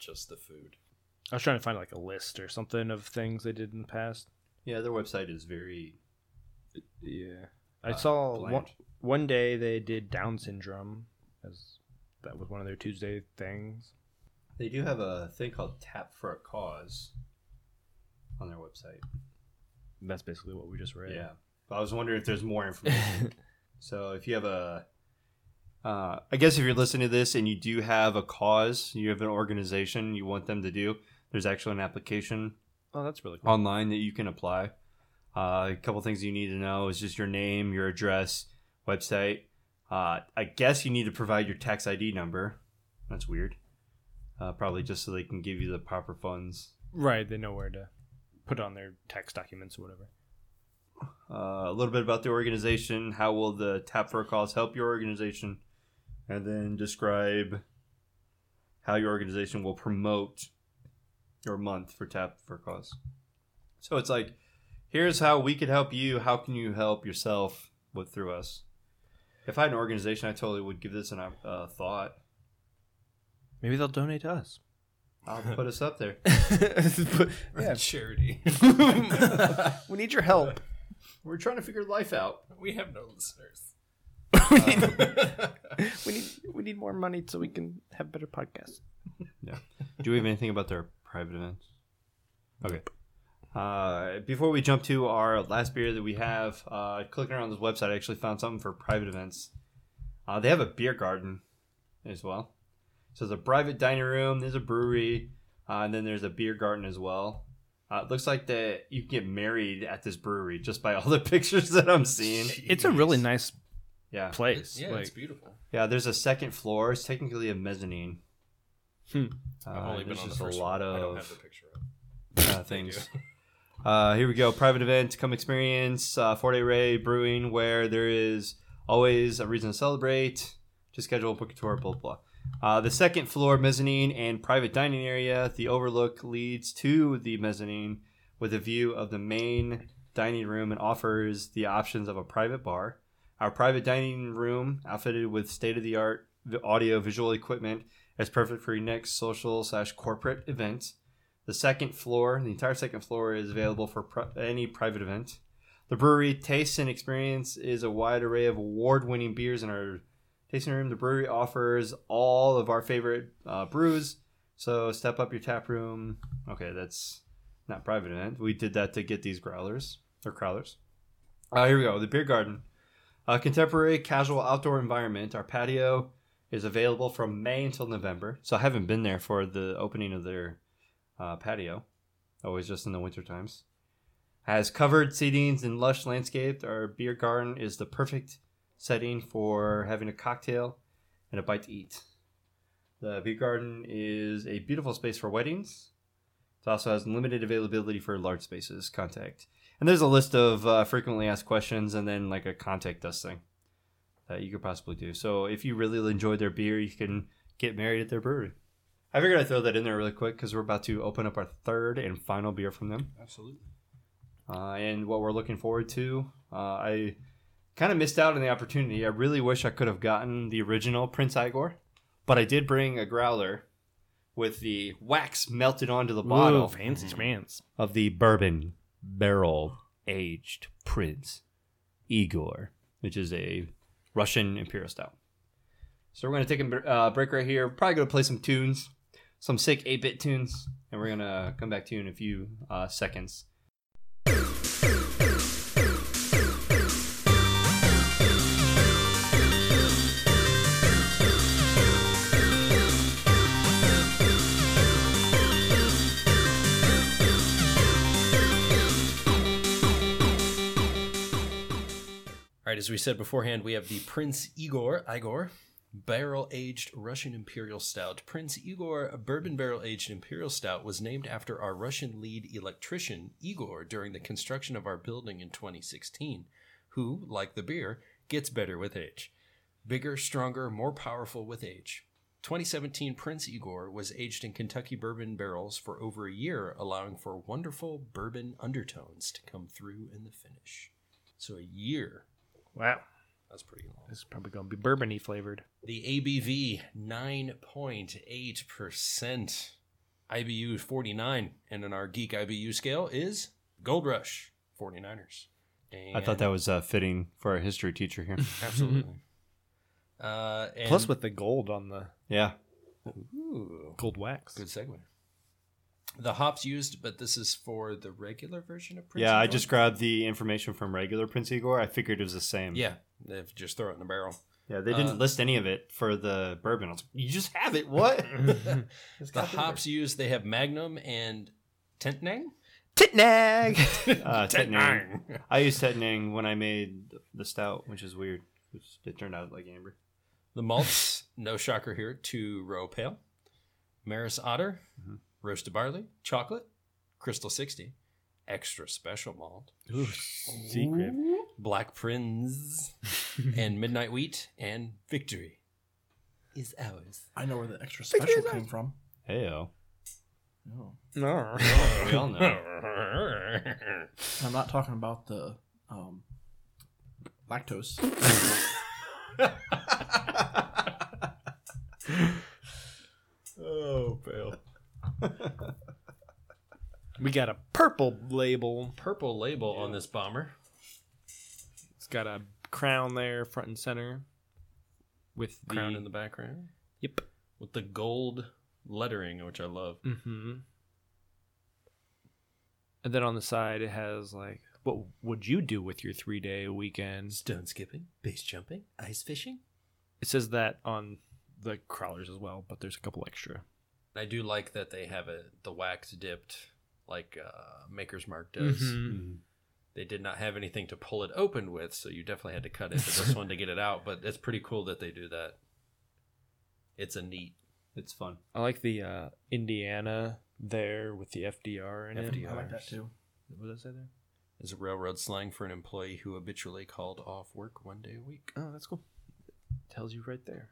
just the food. I was trying to find like a list or something of things they did in the past. yeah. Their website is very Yeah, Uh, I saw one, bland. one day they did Down syndrome as that was one of their Tuesday things. They do have a thing called Tap for a Cause on their website. That's basically what we just read. Yeah. I was wondering if there's more information. so if you have a, uh, I guess if you're listening to this and you do have a cause, you have an organization you want them to do, there's actually an application Oh, that's really cool. online that you can apply. Uh, a couple things you need to know is just your name, your address, website. Uh, I guess you need to provide your tax ID number. That's weird. Uh, probably just so they can give you the proper funds. Right, they know where to put on their tax documents or whatever. Uh, a little bit about the organization. How will the Tap for a Cause help your organization? And then describe how your organization will promote your month for Tap for a Cause. So it's like, here's how we could help you. How can you help yourself with through us? If I had an organization, I totally would give this an uh, thought. Maybe they'll donate to us. I'll put us up there. yeah, Charity. we need your help. We're trying to figure life out. we have no listeners. we, need, we need we need more money so we can have better podcasts. Yeah. Do we have anything about their private events? Okay. Uh, before we jump to our last beer that we have, uh, clicking around this website, I actually found something for private events. Uh, they have a beer garden as well. So there's a private dining room, there's a brewery, uh, and then there's a beer garden as well. Uh, it looks like that you can get married at this brewery just by all the pictures that I'm seeing. It's a really nice Yeah. place. Yeah, like, it's beautiful. Yeah, there's a second floor. It's technically a mezzanine. Hmm. Uh, I've only been there's on the just a first lot one. I don't of have the picture up. uh, things. Uh, here we go. Private event, come experience, uh, Four Day Ray Brewing, where there is always a reason to celebrate. Just schedule, book a tour, blah, blah. Uh, the second floor mezzanine and private dining area. The overlook leads to the mezzanine with a view of the main dining room and offers the options of a private bar. Our private dining room, outfitted with state of the art audio visual equipment, is perfect for your next social slash corporate event. The second floor, the entire second floor, is available for pri- any private event. The brewery Taste and Experience is a wide array of award winning beers in our tasting room. The brewery offers all of our favorite uh, brews, so step up your tap room. Okay, that's not private event. We did that to get these growlers or crowlers. Uh, here we go. The beer garden, a contemporary casual outdoor environment. Our patio is available from May until November. So I haven't been there for the opening of their uh, patio, always just in the winter times. Has covered seatings and lush landscape. Our beer garden is the perfect setting for having a cocktail and a bite to eat. The beer garden is a beautiful space for weddings. It also has limited availability for large spaces. Contact. And there's a list of uh, frequently asked questions and then like a contact us thing that you could possibly do. So if you really enjoy their beer, you can get married at their brewery. I figured I'd throw that in there really quick because we're about to open up our third and final beer from them. Absolutely. Uh, and what we're looking forward to. Uh, I kind of missed out on the opportunity. I really wish I could have gotten the original Prince Igor, but I did bring a growler with the wax melted onto the bottle Ooh, fancy Mm-hmm. schmancy. of the bourbon barrel aged Prince Igor, which is a Russian imperial stout. So we're gonna take a uh, break right here. Probably gonna play some tunes, some sick eight bit tunes, and we're gonna come back to you in a few uh, seconds. All right, as we said beforehand, we have the Prince Igor, Igor, barrel aged Russian Imperial Stout. Prince Igor, a bourbon barrel aged Imperial Stout, was named after our Russian lead electrician, Igor, during the construction of our building in 2016, who, like the beer, gets better with age. Bigger, stronger, more powerful with age. 2017 Prince Igor was aged in Kentucky bourbon barrels for over a year, allowing for wonderful bourbon undertones to come through in the finish. So a year Wow, that's pretty long. this is probably gonna be bourbony flavored. The ABV 9.8%. IBU 49. And in our geek IBU scale is Gold Rush 49ers. I thought that was uh, fitting for our history teacher here. was absolutely. uh, and, Plus with the gold on the yeah, Ooh, gold wax. good segue. The hops used, but this is for the regular version of Prince yeah. I Igor? just grabbed the information from regular Prince Igor. I figured it was the same. Yeah, they just throw it in a barrel. yeah. They didn't Uh, list any of it for the bourbon. I was like, you just have it. What? The hops used, they have Magnum and Tentnang Titnag. Uh, Tetnang. Dang. I used Tetnang when I made the stout, which is weird. It's- It turned out like amber. The malts, no shocker here, two row pale, Maris Otter, roasted barley, chocolate, Crystal 60, extra special malt, Ooh, secret. Black Prince, and Midnight Wheat, and Victory is ours. I know where the extra special came from. Heyo. No. No. We all know. And I'm not talking about the um, lactose. oh, pale. We got a purple label. Purple label on this bomber. It's got a crown there, front and center, with the Crown in the background. Yep. With the gold lettering, which I love. Mm-hmm. And then on the side, it has like, what would you do with your three day weekend? Stone skipping, base jumping, ice fishing. It says that on the crawlers as well, but there's a couple extra. I do like that they have a the wax dipped like uh, Maker's Mark does. Mhm. They did not have anything to pull it open with, so you definitely had to cut into this one to get it out. But it's pretty cool that they do that. It's a neat It's fun. I like the uh, Indiana there with the FDR in it. FDR. I like that too. What did I say there? is a railroad slang for an employee who habitually called off work one day a week. Oh, that's cool. tells you right there.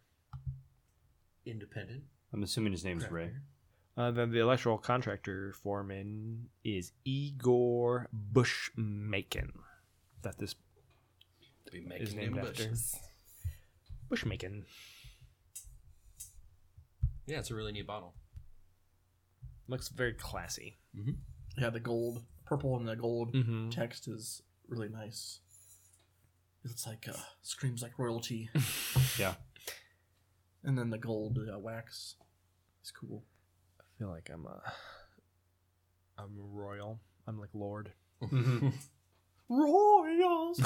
Independent. I'm assuming his name's Ray. Uh, then the electoral contractor foreman is Igor Bushmakin. That this To be making named new after. bushes. Bushmakin. Yeah, it's a really neat bottle. Looks very classy. Yeah, the gold, purple, and the gold Mm-hmm. text is really nice. It's like uh, screams like royalty, Yeah. and then the gold uh, wax is cool. I feel like I'm a, I'm royal. I'm like lord. Royals.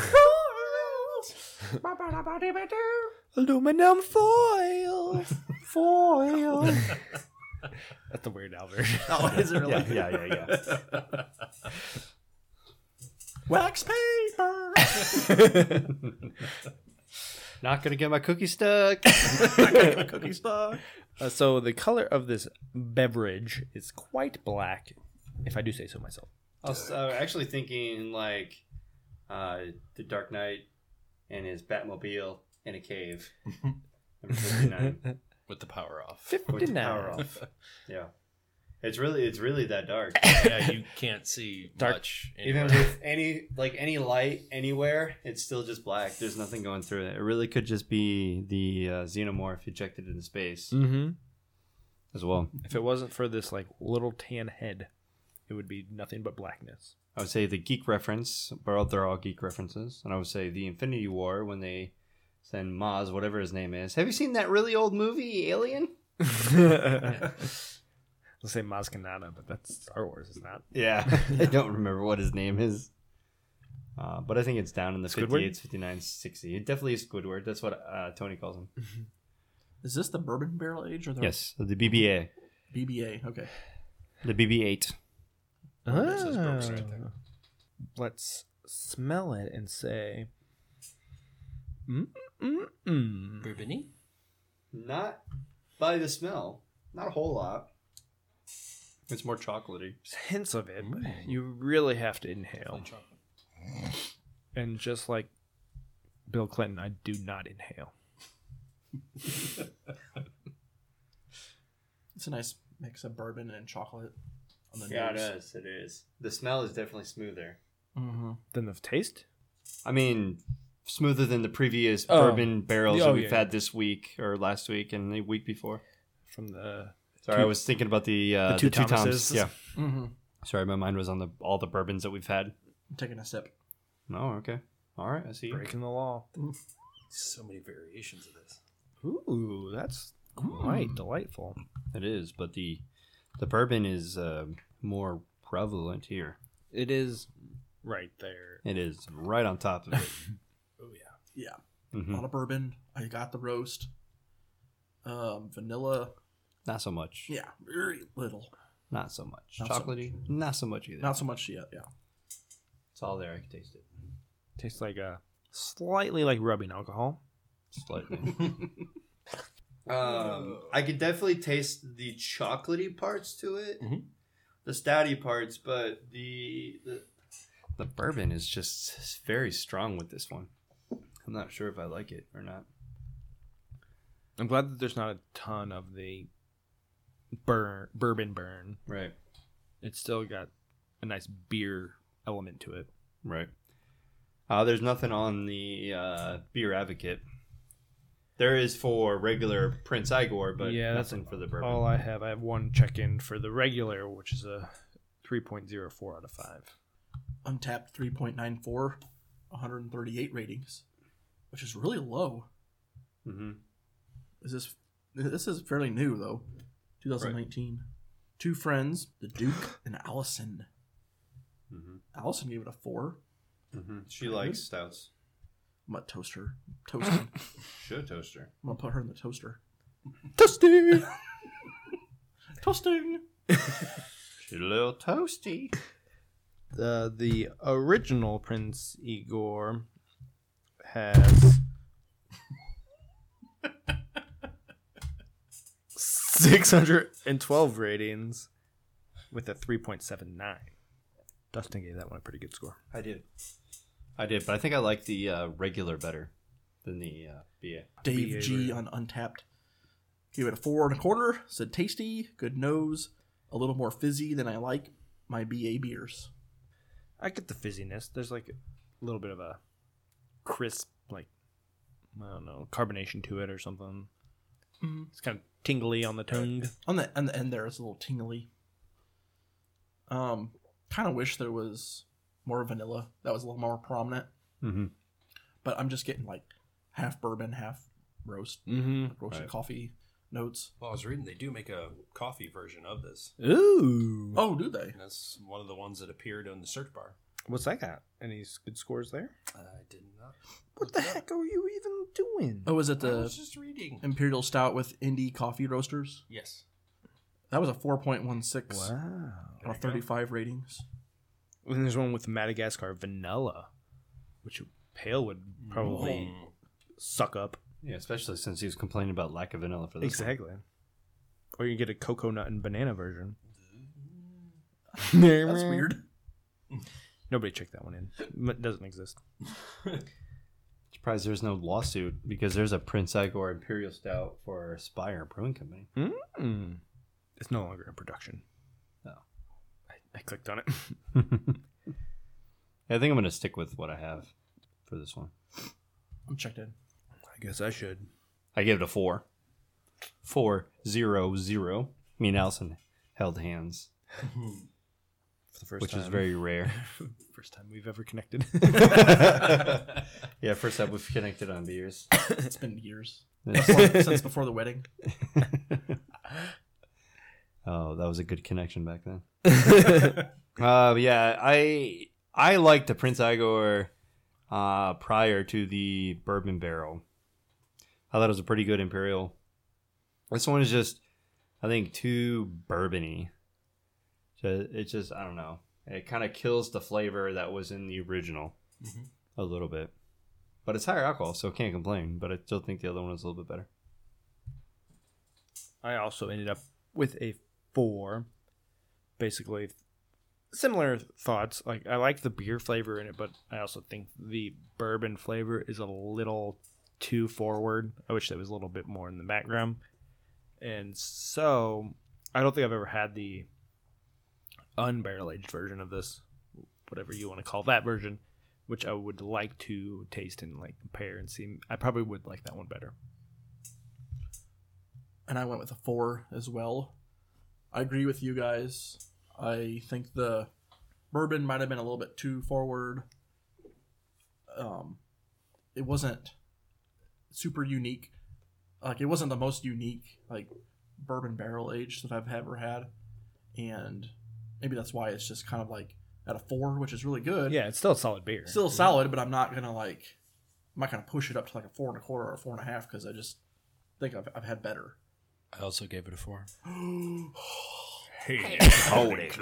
Aluminum foil, foil. That's the weird Albert. oh, is it really? Yeah, yeah, yeah, yeah. Wax paper. Not gonna get my cookie stuck. Cookie stuff. Uh, so the color of this beverage is quite black, if I do say so myself. I was uh, actually thinking like uh, the Dark Knight and his Batmobile in a cave. Number 59. With the power off. With the 59. power off. Yeah. It's really it's really that dark. yeah, you can't see Dark- much. Even anywhere. with any like any light anywhere, it's still just black. There's nothing going through it. It really could just be the uh, xenomorph ejected into space Mm-hmm. as well. If it wasn't for this like little tan head, it would be nothing but blackness. I would say the geek reference, but they're all geek references. And I would say the Infinity War when they send Maz, whatever his name is. Have you seen that really old movie, Alien? Let's say Maz Kanata, but that's Star Wars, it's not. Yeah. I don't remember what his name is. Uh, but I think it's down in the Squidward? 58, 59, 60. It definitely is Squidward. That's what uh, Tony calls him. Is this the bourbon barrel age or the Yes, the BBA. BBA? Okay. The BB8. Ah. this is Brooks right there. Let's smell it and say, Mm-mm-mm. Bourbon-y? Not by the smell. Not a whole lot. It's more chocolatey. hints of it. but Mm. You really have to inhale, and just like Bill Clinton, I do not inhale. It's a nice mix of bourbon and chocolate on the Yeah, it nose. is. It is. The smell is definitely smoother. Mm-hmm. Then the taste. I mean, smoother than the previous Oh. bourbon barrels Oh, that we've yeah. had this week or last week and the week before. From the Sorry, Two- I was thinking about the uh, The the two two, times. Thomases. Yeah, Mm-hmm. sorry, my mind was on the all the bourbons that we've had. I'm taking a sip. No, okay, all right, I see. You. breaking the law. So many variations of this. Ooh, that's quite delightful. It is, but the the bourbon is uh, more prevalent here. It is right there. It is right on top of it. Yeah. A Mhm. lot of bourbon. I got the roast. Um, vanilla. Not so much. Yeah, very little. Not so much. Not so Chocolatey? Not so much either. Not so much yet. Yeah. It's all there. I can taste it. Tastes like a slightly like rubbing alcohol. Slightly. um, I could definitely taste the chocolatey parts to it, Mhm. the stouty parts, but the, the the bourbon is just very strong with this one. I'm not sure if I like it or not. I'm glad that there's not a ton of the burn bourbon burn. Right. It's still got a nice beer element to it. Right. Uh, there's nothing on the uh, beer advocate. There is for regular Prince Igor, but Yeah, that's nothing for the bourbon. All I have, I have one check in for the regular, which is a 3.04 out of 5. Untapped 3.94, 138 ratings, which is really low. hmm Is this this is fairly new though, 2019. Two friends, the Duke and Allison. Allison gave it a four. hmm She likes stouts. I'm gonna toast her. Toast. her. I'm Show toaster. gonna put her in the toaster. Toasty! Toasting. She's a little toasty. the, the original Prince Igor has. Six hundred and twelve ratings, with a three point seven nine. Dustin gave that one a pretty good score. I did. I did, but I think I like the uh, regular better than the uh, BA. Dave BA G on Untapped. Gave it a four and a quarter. Said tasty, good nose, a little more fizzy than I like my BA beers. I get the fizziness. There's like a little bit of a crisp, like I don't know, carbonation to it or something. It's kind of tingly on the tongue. On the on the end there, it's a little tingly. Um, kind of wish there was more vanilla. That was a little more prominent. Mm-hmm. But I'm just getting like half bourbon, half roast, Mm-hmm. roasted Right. coffee notes. Well, I was reading they do make a coffee version of this. Ooh. Oh, do they? And that's one of the ones that appeared on the search bar. What's that got? Any s- good scores there? I did not. What look the it up. heck are you even doing? Oh, is it I the was just reading. Imperial Stout with Indie Coffee Roasters? Yes. That was a 4.16 wow. out of 35 ratings. And there's one with Madagascar vanilla, which pale would probably Mm. suck up. Yeah, especially since he was complaining about lack of vanilla for this. one. Exactly. Or you can get a cocoa nut and banana version. That's weird. Nobody checked that one in. M- It doesn't exist. Surprised there's no lawsuit because there's a Prince Igor Imperial Stout for Spire Brewing Company. Mm. It's no longer in production. Oh. I, I clicked on it. I think I'm going to stick with what I have for this one. I'm checked in. I guess I should. I gave it a four. Four zero zero. Me and Allison held hands, For the first which time. is very rare. first time we've ever connected. yeah, first up, we've connected on beers. It's been years Before- since before the wedding. Oh, that was a good connection back then. uh, yeah, I I liked the Prince Igor uh, prior to the bourbon barrel. I thought it was a pretty good imperial. This one is just, I think, too bourbony. So it's just I don't know. It kind of kills the flavor that was in the original Mhm. a little bit, but it's higher alcohol, so can't complain. But I still think the other one was a little bit better. I also ended up with a four. Basically, similar thoughts. Like I like the beer flavor in it, but I also think the bourbon flavor is a little too forward. I wish that was a little bit more in the background. And so, I don't think I've ever had the unbarrel aged version of this, whatever you want to call that version, which I would like to taste and like compare and see. I probably would like that one better. And I went with a four as well. I agree with you guys. I think the bourbon might have been a little bit too forward. Um, it wasn't super unique. Like it wasn't the most unique like bourbon barrel age that I've ever had, and maybe that's why it's just kind of like at a four, which is really good. Yeah, it's still a solid beer. still solid, but I'm not gonna like, I'm not gonna push it up to like a four and a quarter or a four and a half because I just think I've, I've had better. I also gave it a four. Hey, Hold it.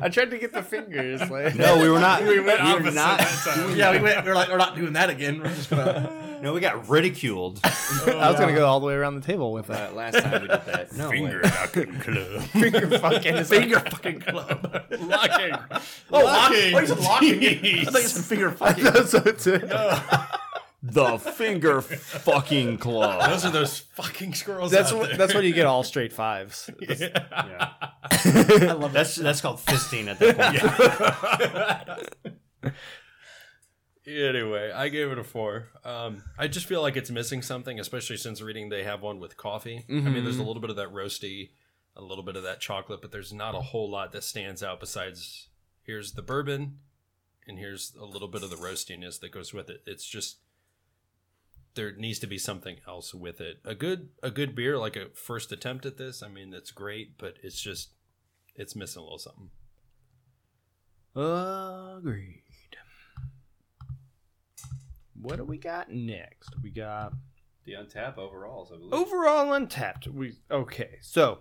I tried to get the fingers. Like, No, we were not. we We were went opposite not. that time. Yeah, we went, we're like, we're not doing that again. We're just gonna. No, we got ridiculed. I was gonna go all the way around the table with Uh, that. last time we did that. No, way. Finger knocking club. Finger fucking. Finger fucking club. Locking. Oh, locking. Oh, you said locking. I thought you said finger fucking. So too. the finger fucking claw. Those are those fucking squirrels. That's out what, there. that's when you get all straight fives. I love that. That's that's called fisting at that point. Anyway, I gave it a four. Um, I just feel like it's missing something, especially since reading they have one with coffee. I mean, Mm-hmm. there's a little bit of that roasty, a little bit of that chocolate, but there's not a whole lot that stands out besides here's the bourbon and here's a little bit of the roastiness that goes with it. It's just there needs to be something else with it. A good a good beer, like a first attempt at this, I mean, that's great, but it's just it's missing a little something. Agreed. What do we got next? We got The untap overalls, I believe. overall untapped. We okay. So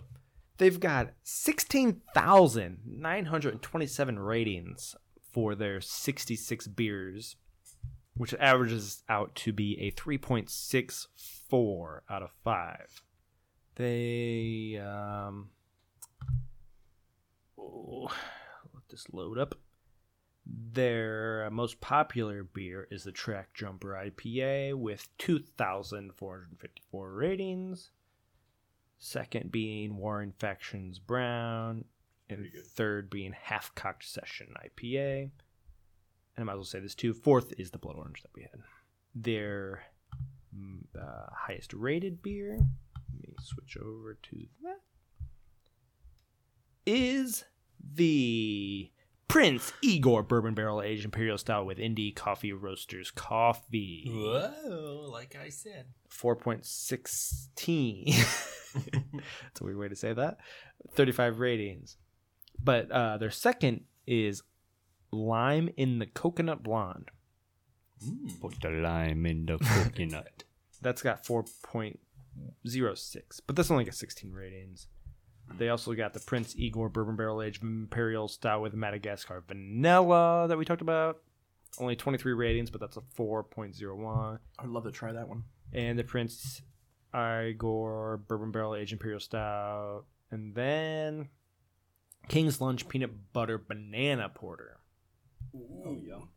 they've got sixteen thousand nine hundred twenty-seven ratings for their sixty-six beers, which averages out to be a three point six four out of five. They um. Oh, let this load up. Their most popular beer is the Track Jumper IPA with 2,454 ratings. Second being Warren Factions Brown. And third being Half Cocked Session IPA. And I might as well say this too. Fourth is the Blood Orange that we had. Their mm, uh, highest rated beer. Let me switch over to that. Is the Prince Igor Bourbon Barrel Aged Imperial Style with Indie Coffee Roasters Coffee. Whoa, like I said. 4.16. That's a weird way to say that. 35 ratings. But uh, their second is Lime in the Coconut Blonde. Put the lime in the coconut. That's got 4.06, but that's only got 16 ratings. They also got the Prince Igor Bourbon Barrel Aged Imperial Stout with Madagascar Vanilla that we talked about. Only 23 ratings, but that's a 4.01. I'd love to try that one. And the Prince Igor Bourbon Barrel Aged Imperial Stout. And then King's Lunch Peanut Butter Banana Porter. Oh, yum.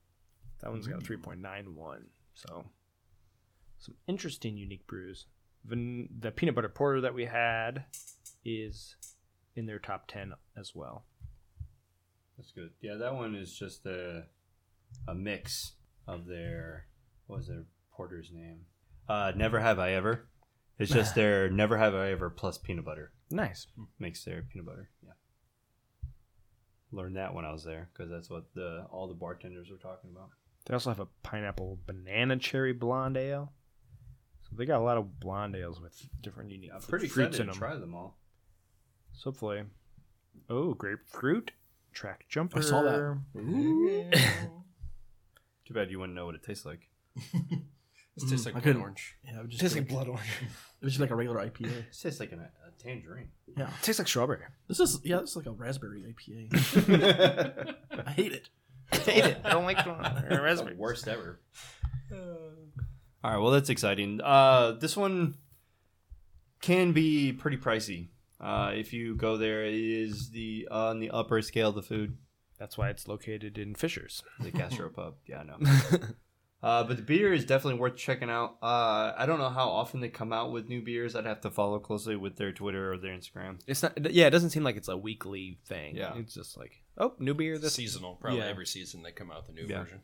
That one's Mm. got a 3.91. So some interesting unique brews. Van- the peanut butter porter that we had is in their top 10 as well. That's good. Yeah, that one is just a, a mix of their. What was their porter's name? Uh, never have I ever. It's just their never have I ever plus peanut butter Nice. makes their peanut butter. Yeah. Learned that when I was there because that's what the all the bartenders were talking about. They also have a pineapple banana cherry blonde ale. So they got a lot of blonde ales with different unique Yeah, I'm fr- pretty fruits excited in them. to try them all. So hopefully. Oh, grapefruit. Track jumper. I saw that. Too bad you wouldn't know what it tastes like. This Mm, tastes like I blood couldn't- orange. Yeah, it would just be like, blood orange. it was just like a regular IPA. It tastes like an, a tangerine. Yeah, tastes like strawberry. this is yeah, this is like a raspberry IPA. I hate it. Hate it. I don't like raspberry. Worst ever. All right, well that's exciting. Uh, this one can be pretty pricey. Uh, if you go there, it is the on the upper scale of the food. That's why it's located in Fishers. the gastropub. Yeah, I know. Uh, but the beer is definitely worth checking out. Uh, I don't know how often they come out with new beers. I'd have to follow closely with their Twitter or their Instagram. It's not. Yeah, it doesn't seem like it's a weekly thing. Yeah. it's just like oh, new beer this. seasonal. Probably Yeah. every season they come out the new Yeah. version.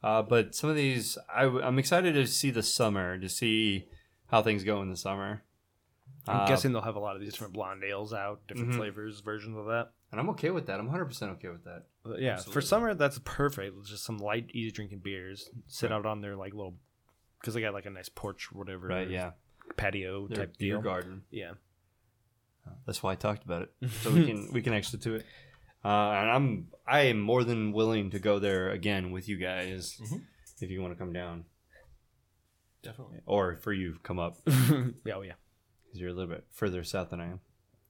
Uh, but some of these, I, am excited to see the summer to see how things go in the summer. I'm Uh, guessing they'll have a lot of these different blonde ales out, different Mhm. flavors, versions of that. and I'm okay with that. I'm 100 percent okay with that. But yeah, for Absolutely. summer that's perfect. It's Just some light, easy drinking beers. Sit out on their like little, because they got like a nice porch, whatever. Right? Yeah. patio Their type beer deal. garden. Yeah, That's why I talked about it. So we can we can actually do it. Uh, and I'm I am more than willing to go there again with you guys Mhm. if you want to come down Definitely. or for you come up. yeah, oh yeah. because you're a little bit further south than I am.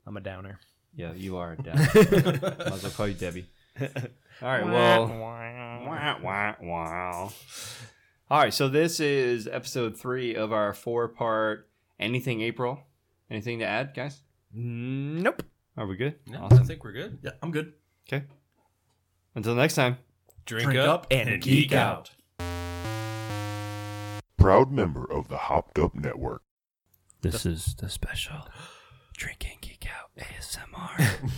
I'm a downer. Yeah, you are a dad. Might as well call you Debbie. All right, well. Wow, wow, wow. All right, so this is episode three of our four part Anything April. Anything to add, guys? Nope. Are we good? No, I Awesome. think we're good. Yeah, I'm good. Okay. Until next time. Drink, up, and, geek out. Proud member of the Hopped Up Network. This is the special Drinking Geek Out ASMR.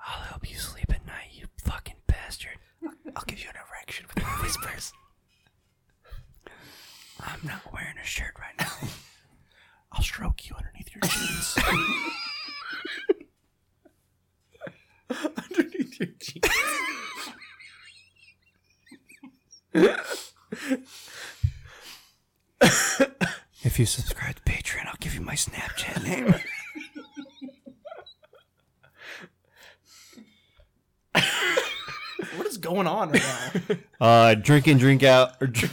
I'll help you sleep at night, you fucking bastard. I'll give you an erection with my whispers. I'm not wearing a shirt right now. I'll stroke you underneath your jeans. If you subscribe to Patreon, I'll give you my Snapchat name. What is going on right now? Uh, drink and drink out. Or drink,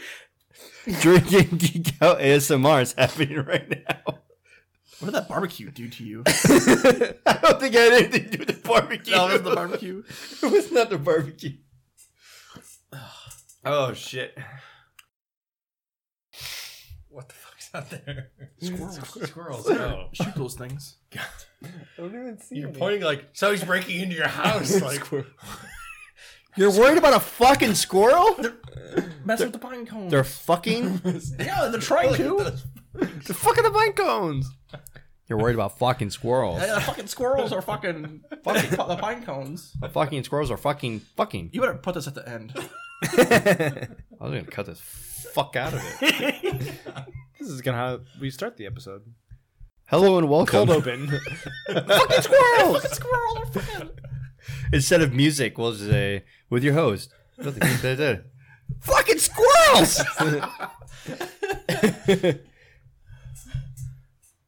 drink and geek out ASMR is happening right now. what did that barbecue do to you? I don't think I had anything to do with the barbecue. that was the barbecue. it was not the barbecue. Oh, shit. What the fuck's out there? Squirrels. Squirrels. No. Shoot those things. You're pointing like somebody's breaking into your house. Like You're worried about a fucking squirrel? Mess with the pine cones. They're fucking. yeah, they're trying to. They're fucking the pine cones. You're worried about fucking squirrels. Yeah, the fucking squirrels are fucking fucking pi- the pine cones. fucking squirrels are fucking fucking. You better put this at the end. I was gonna cut this fuck out of it. This is gonna how we start the episode. Hello and welcome. Cold open. fucking squirrels. Squirrel are fucking. Instead of music, we'll just say with your host. fucking squirrels.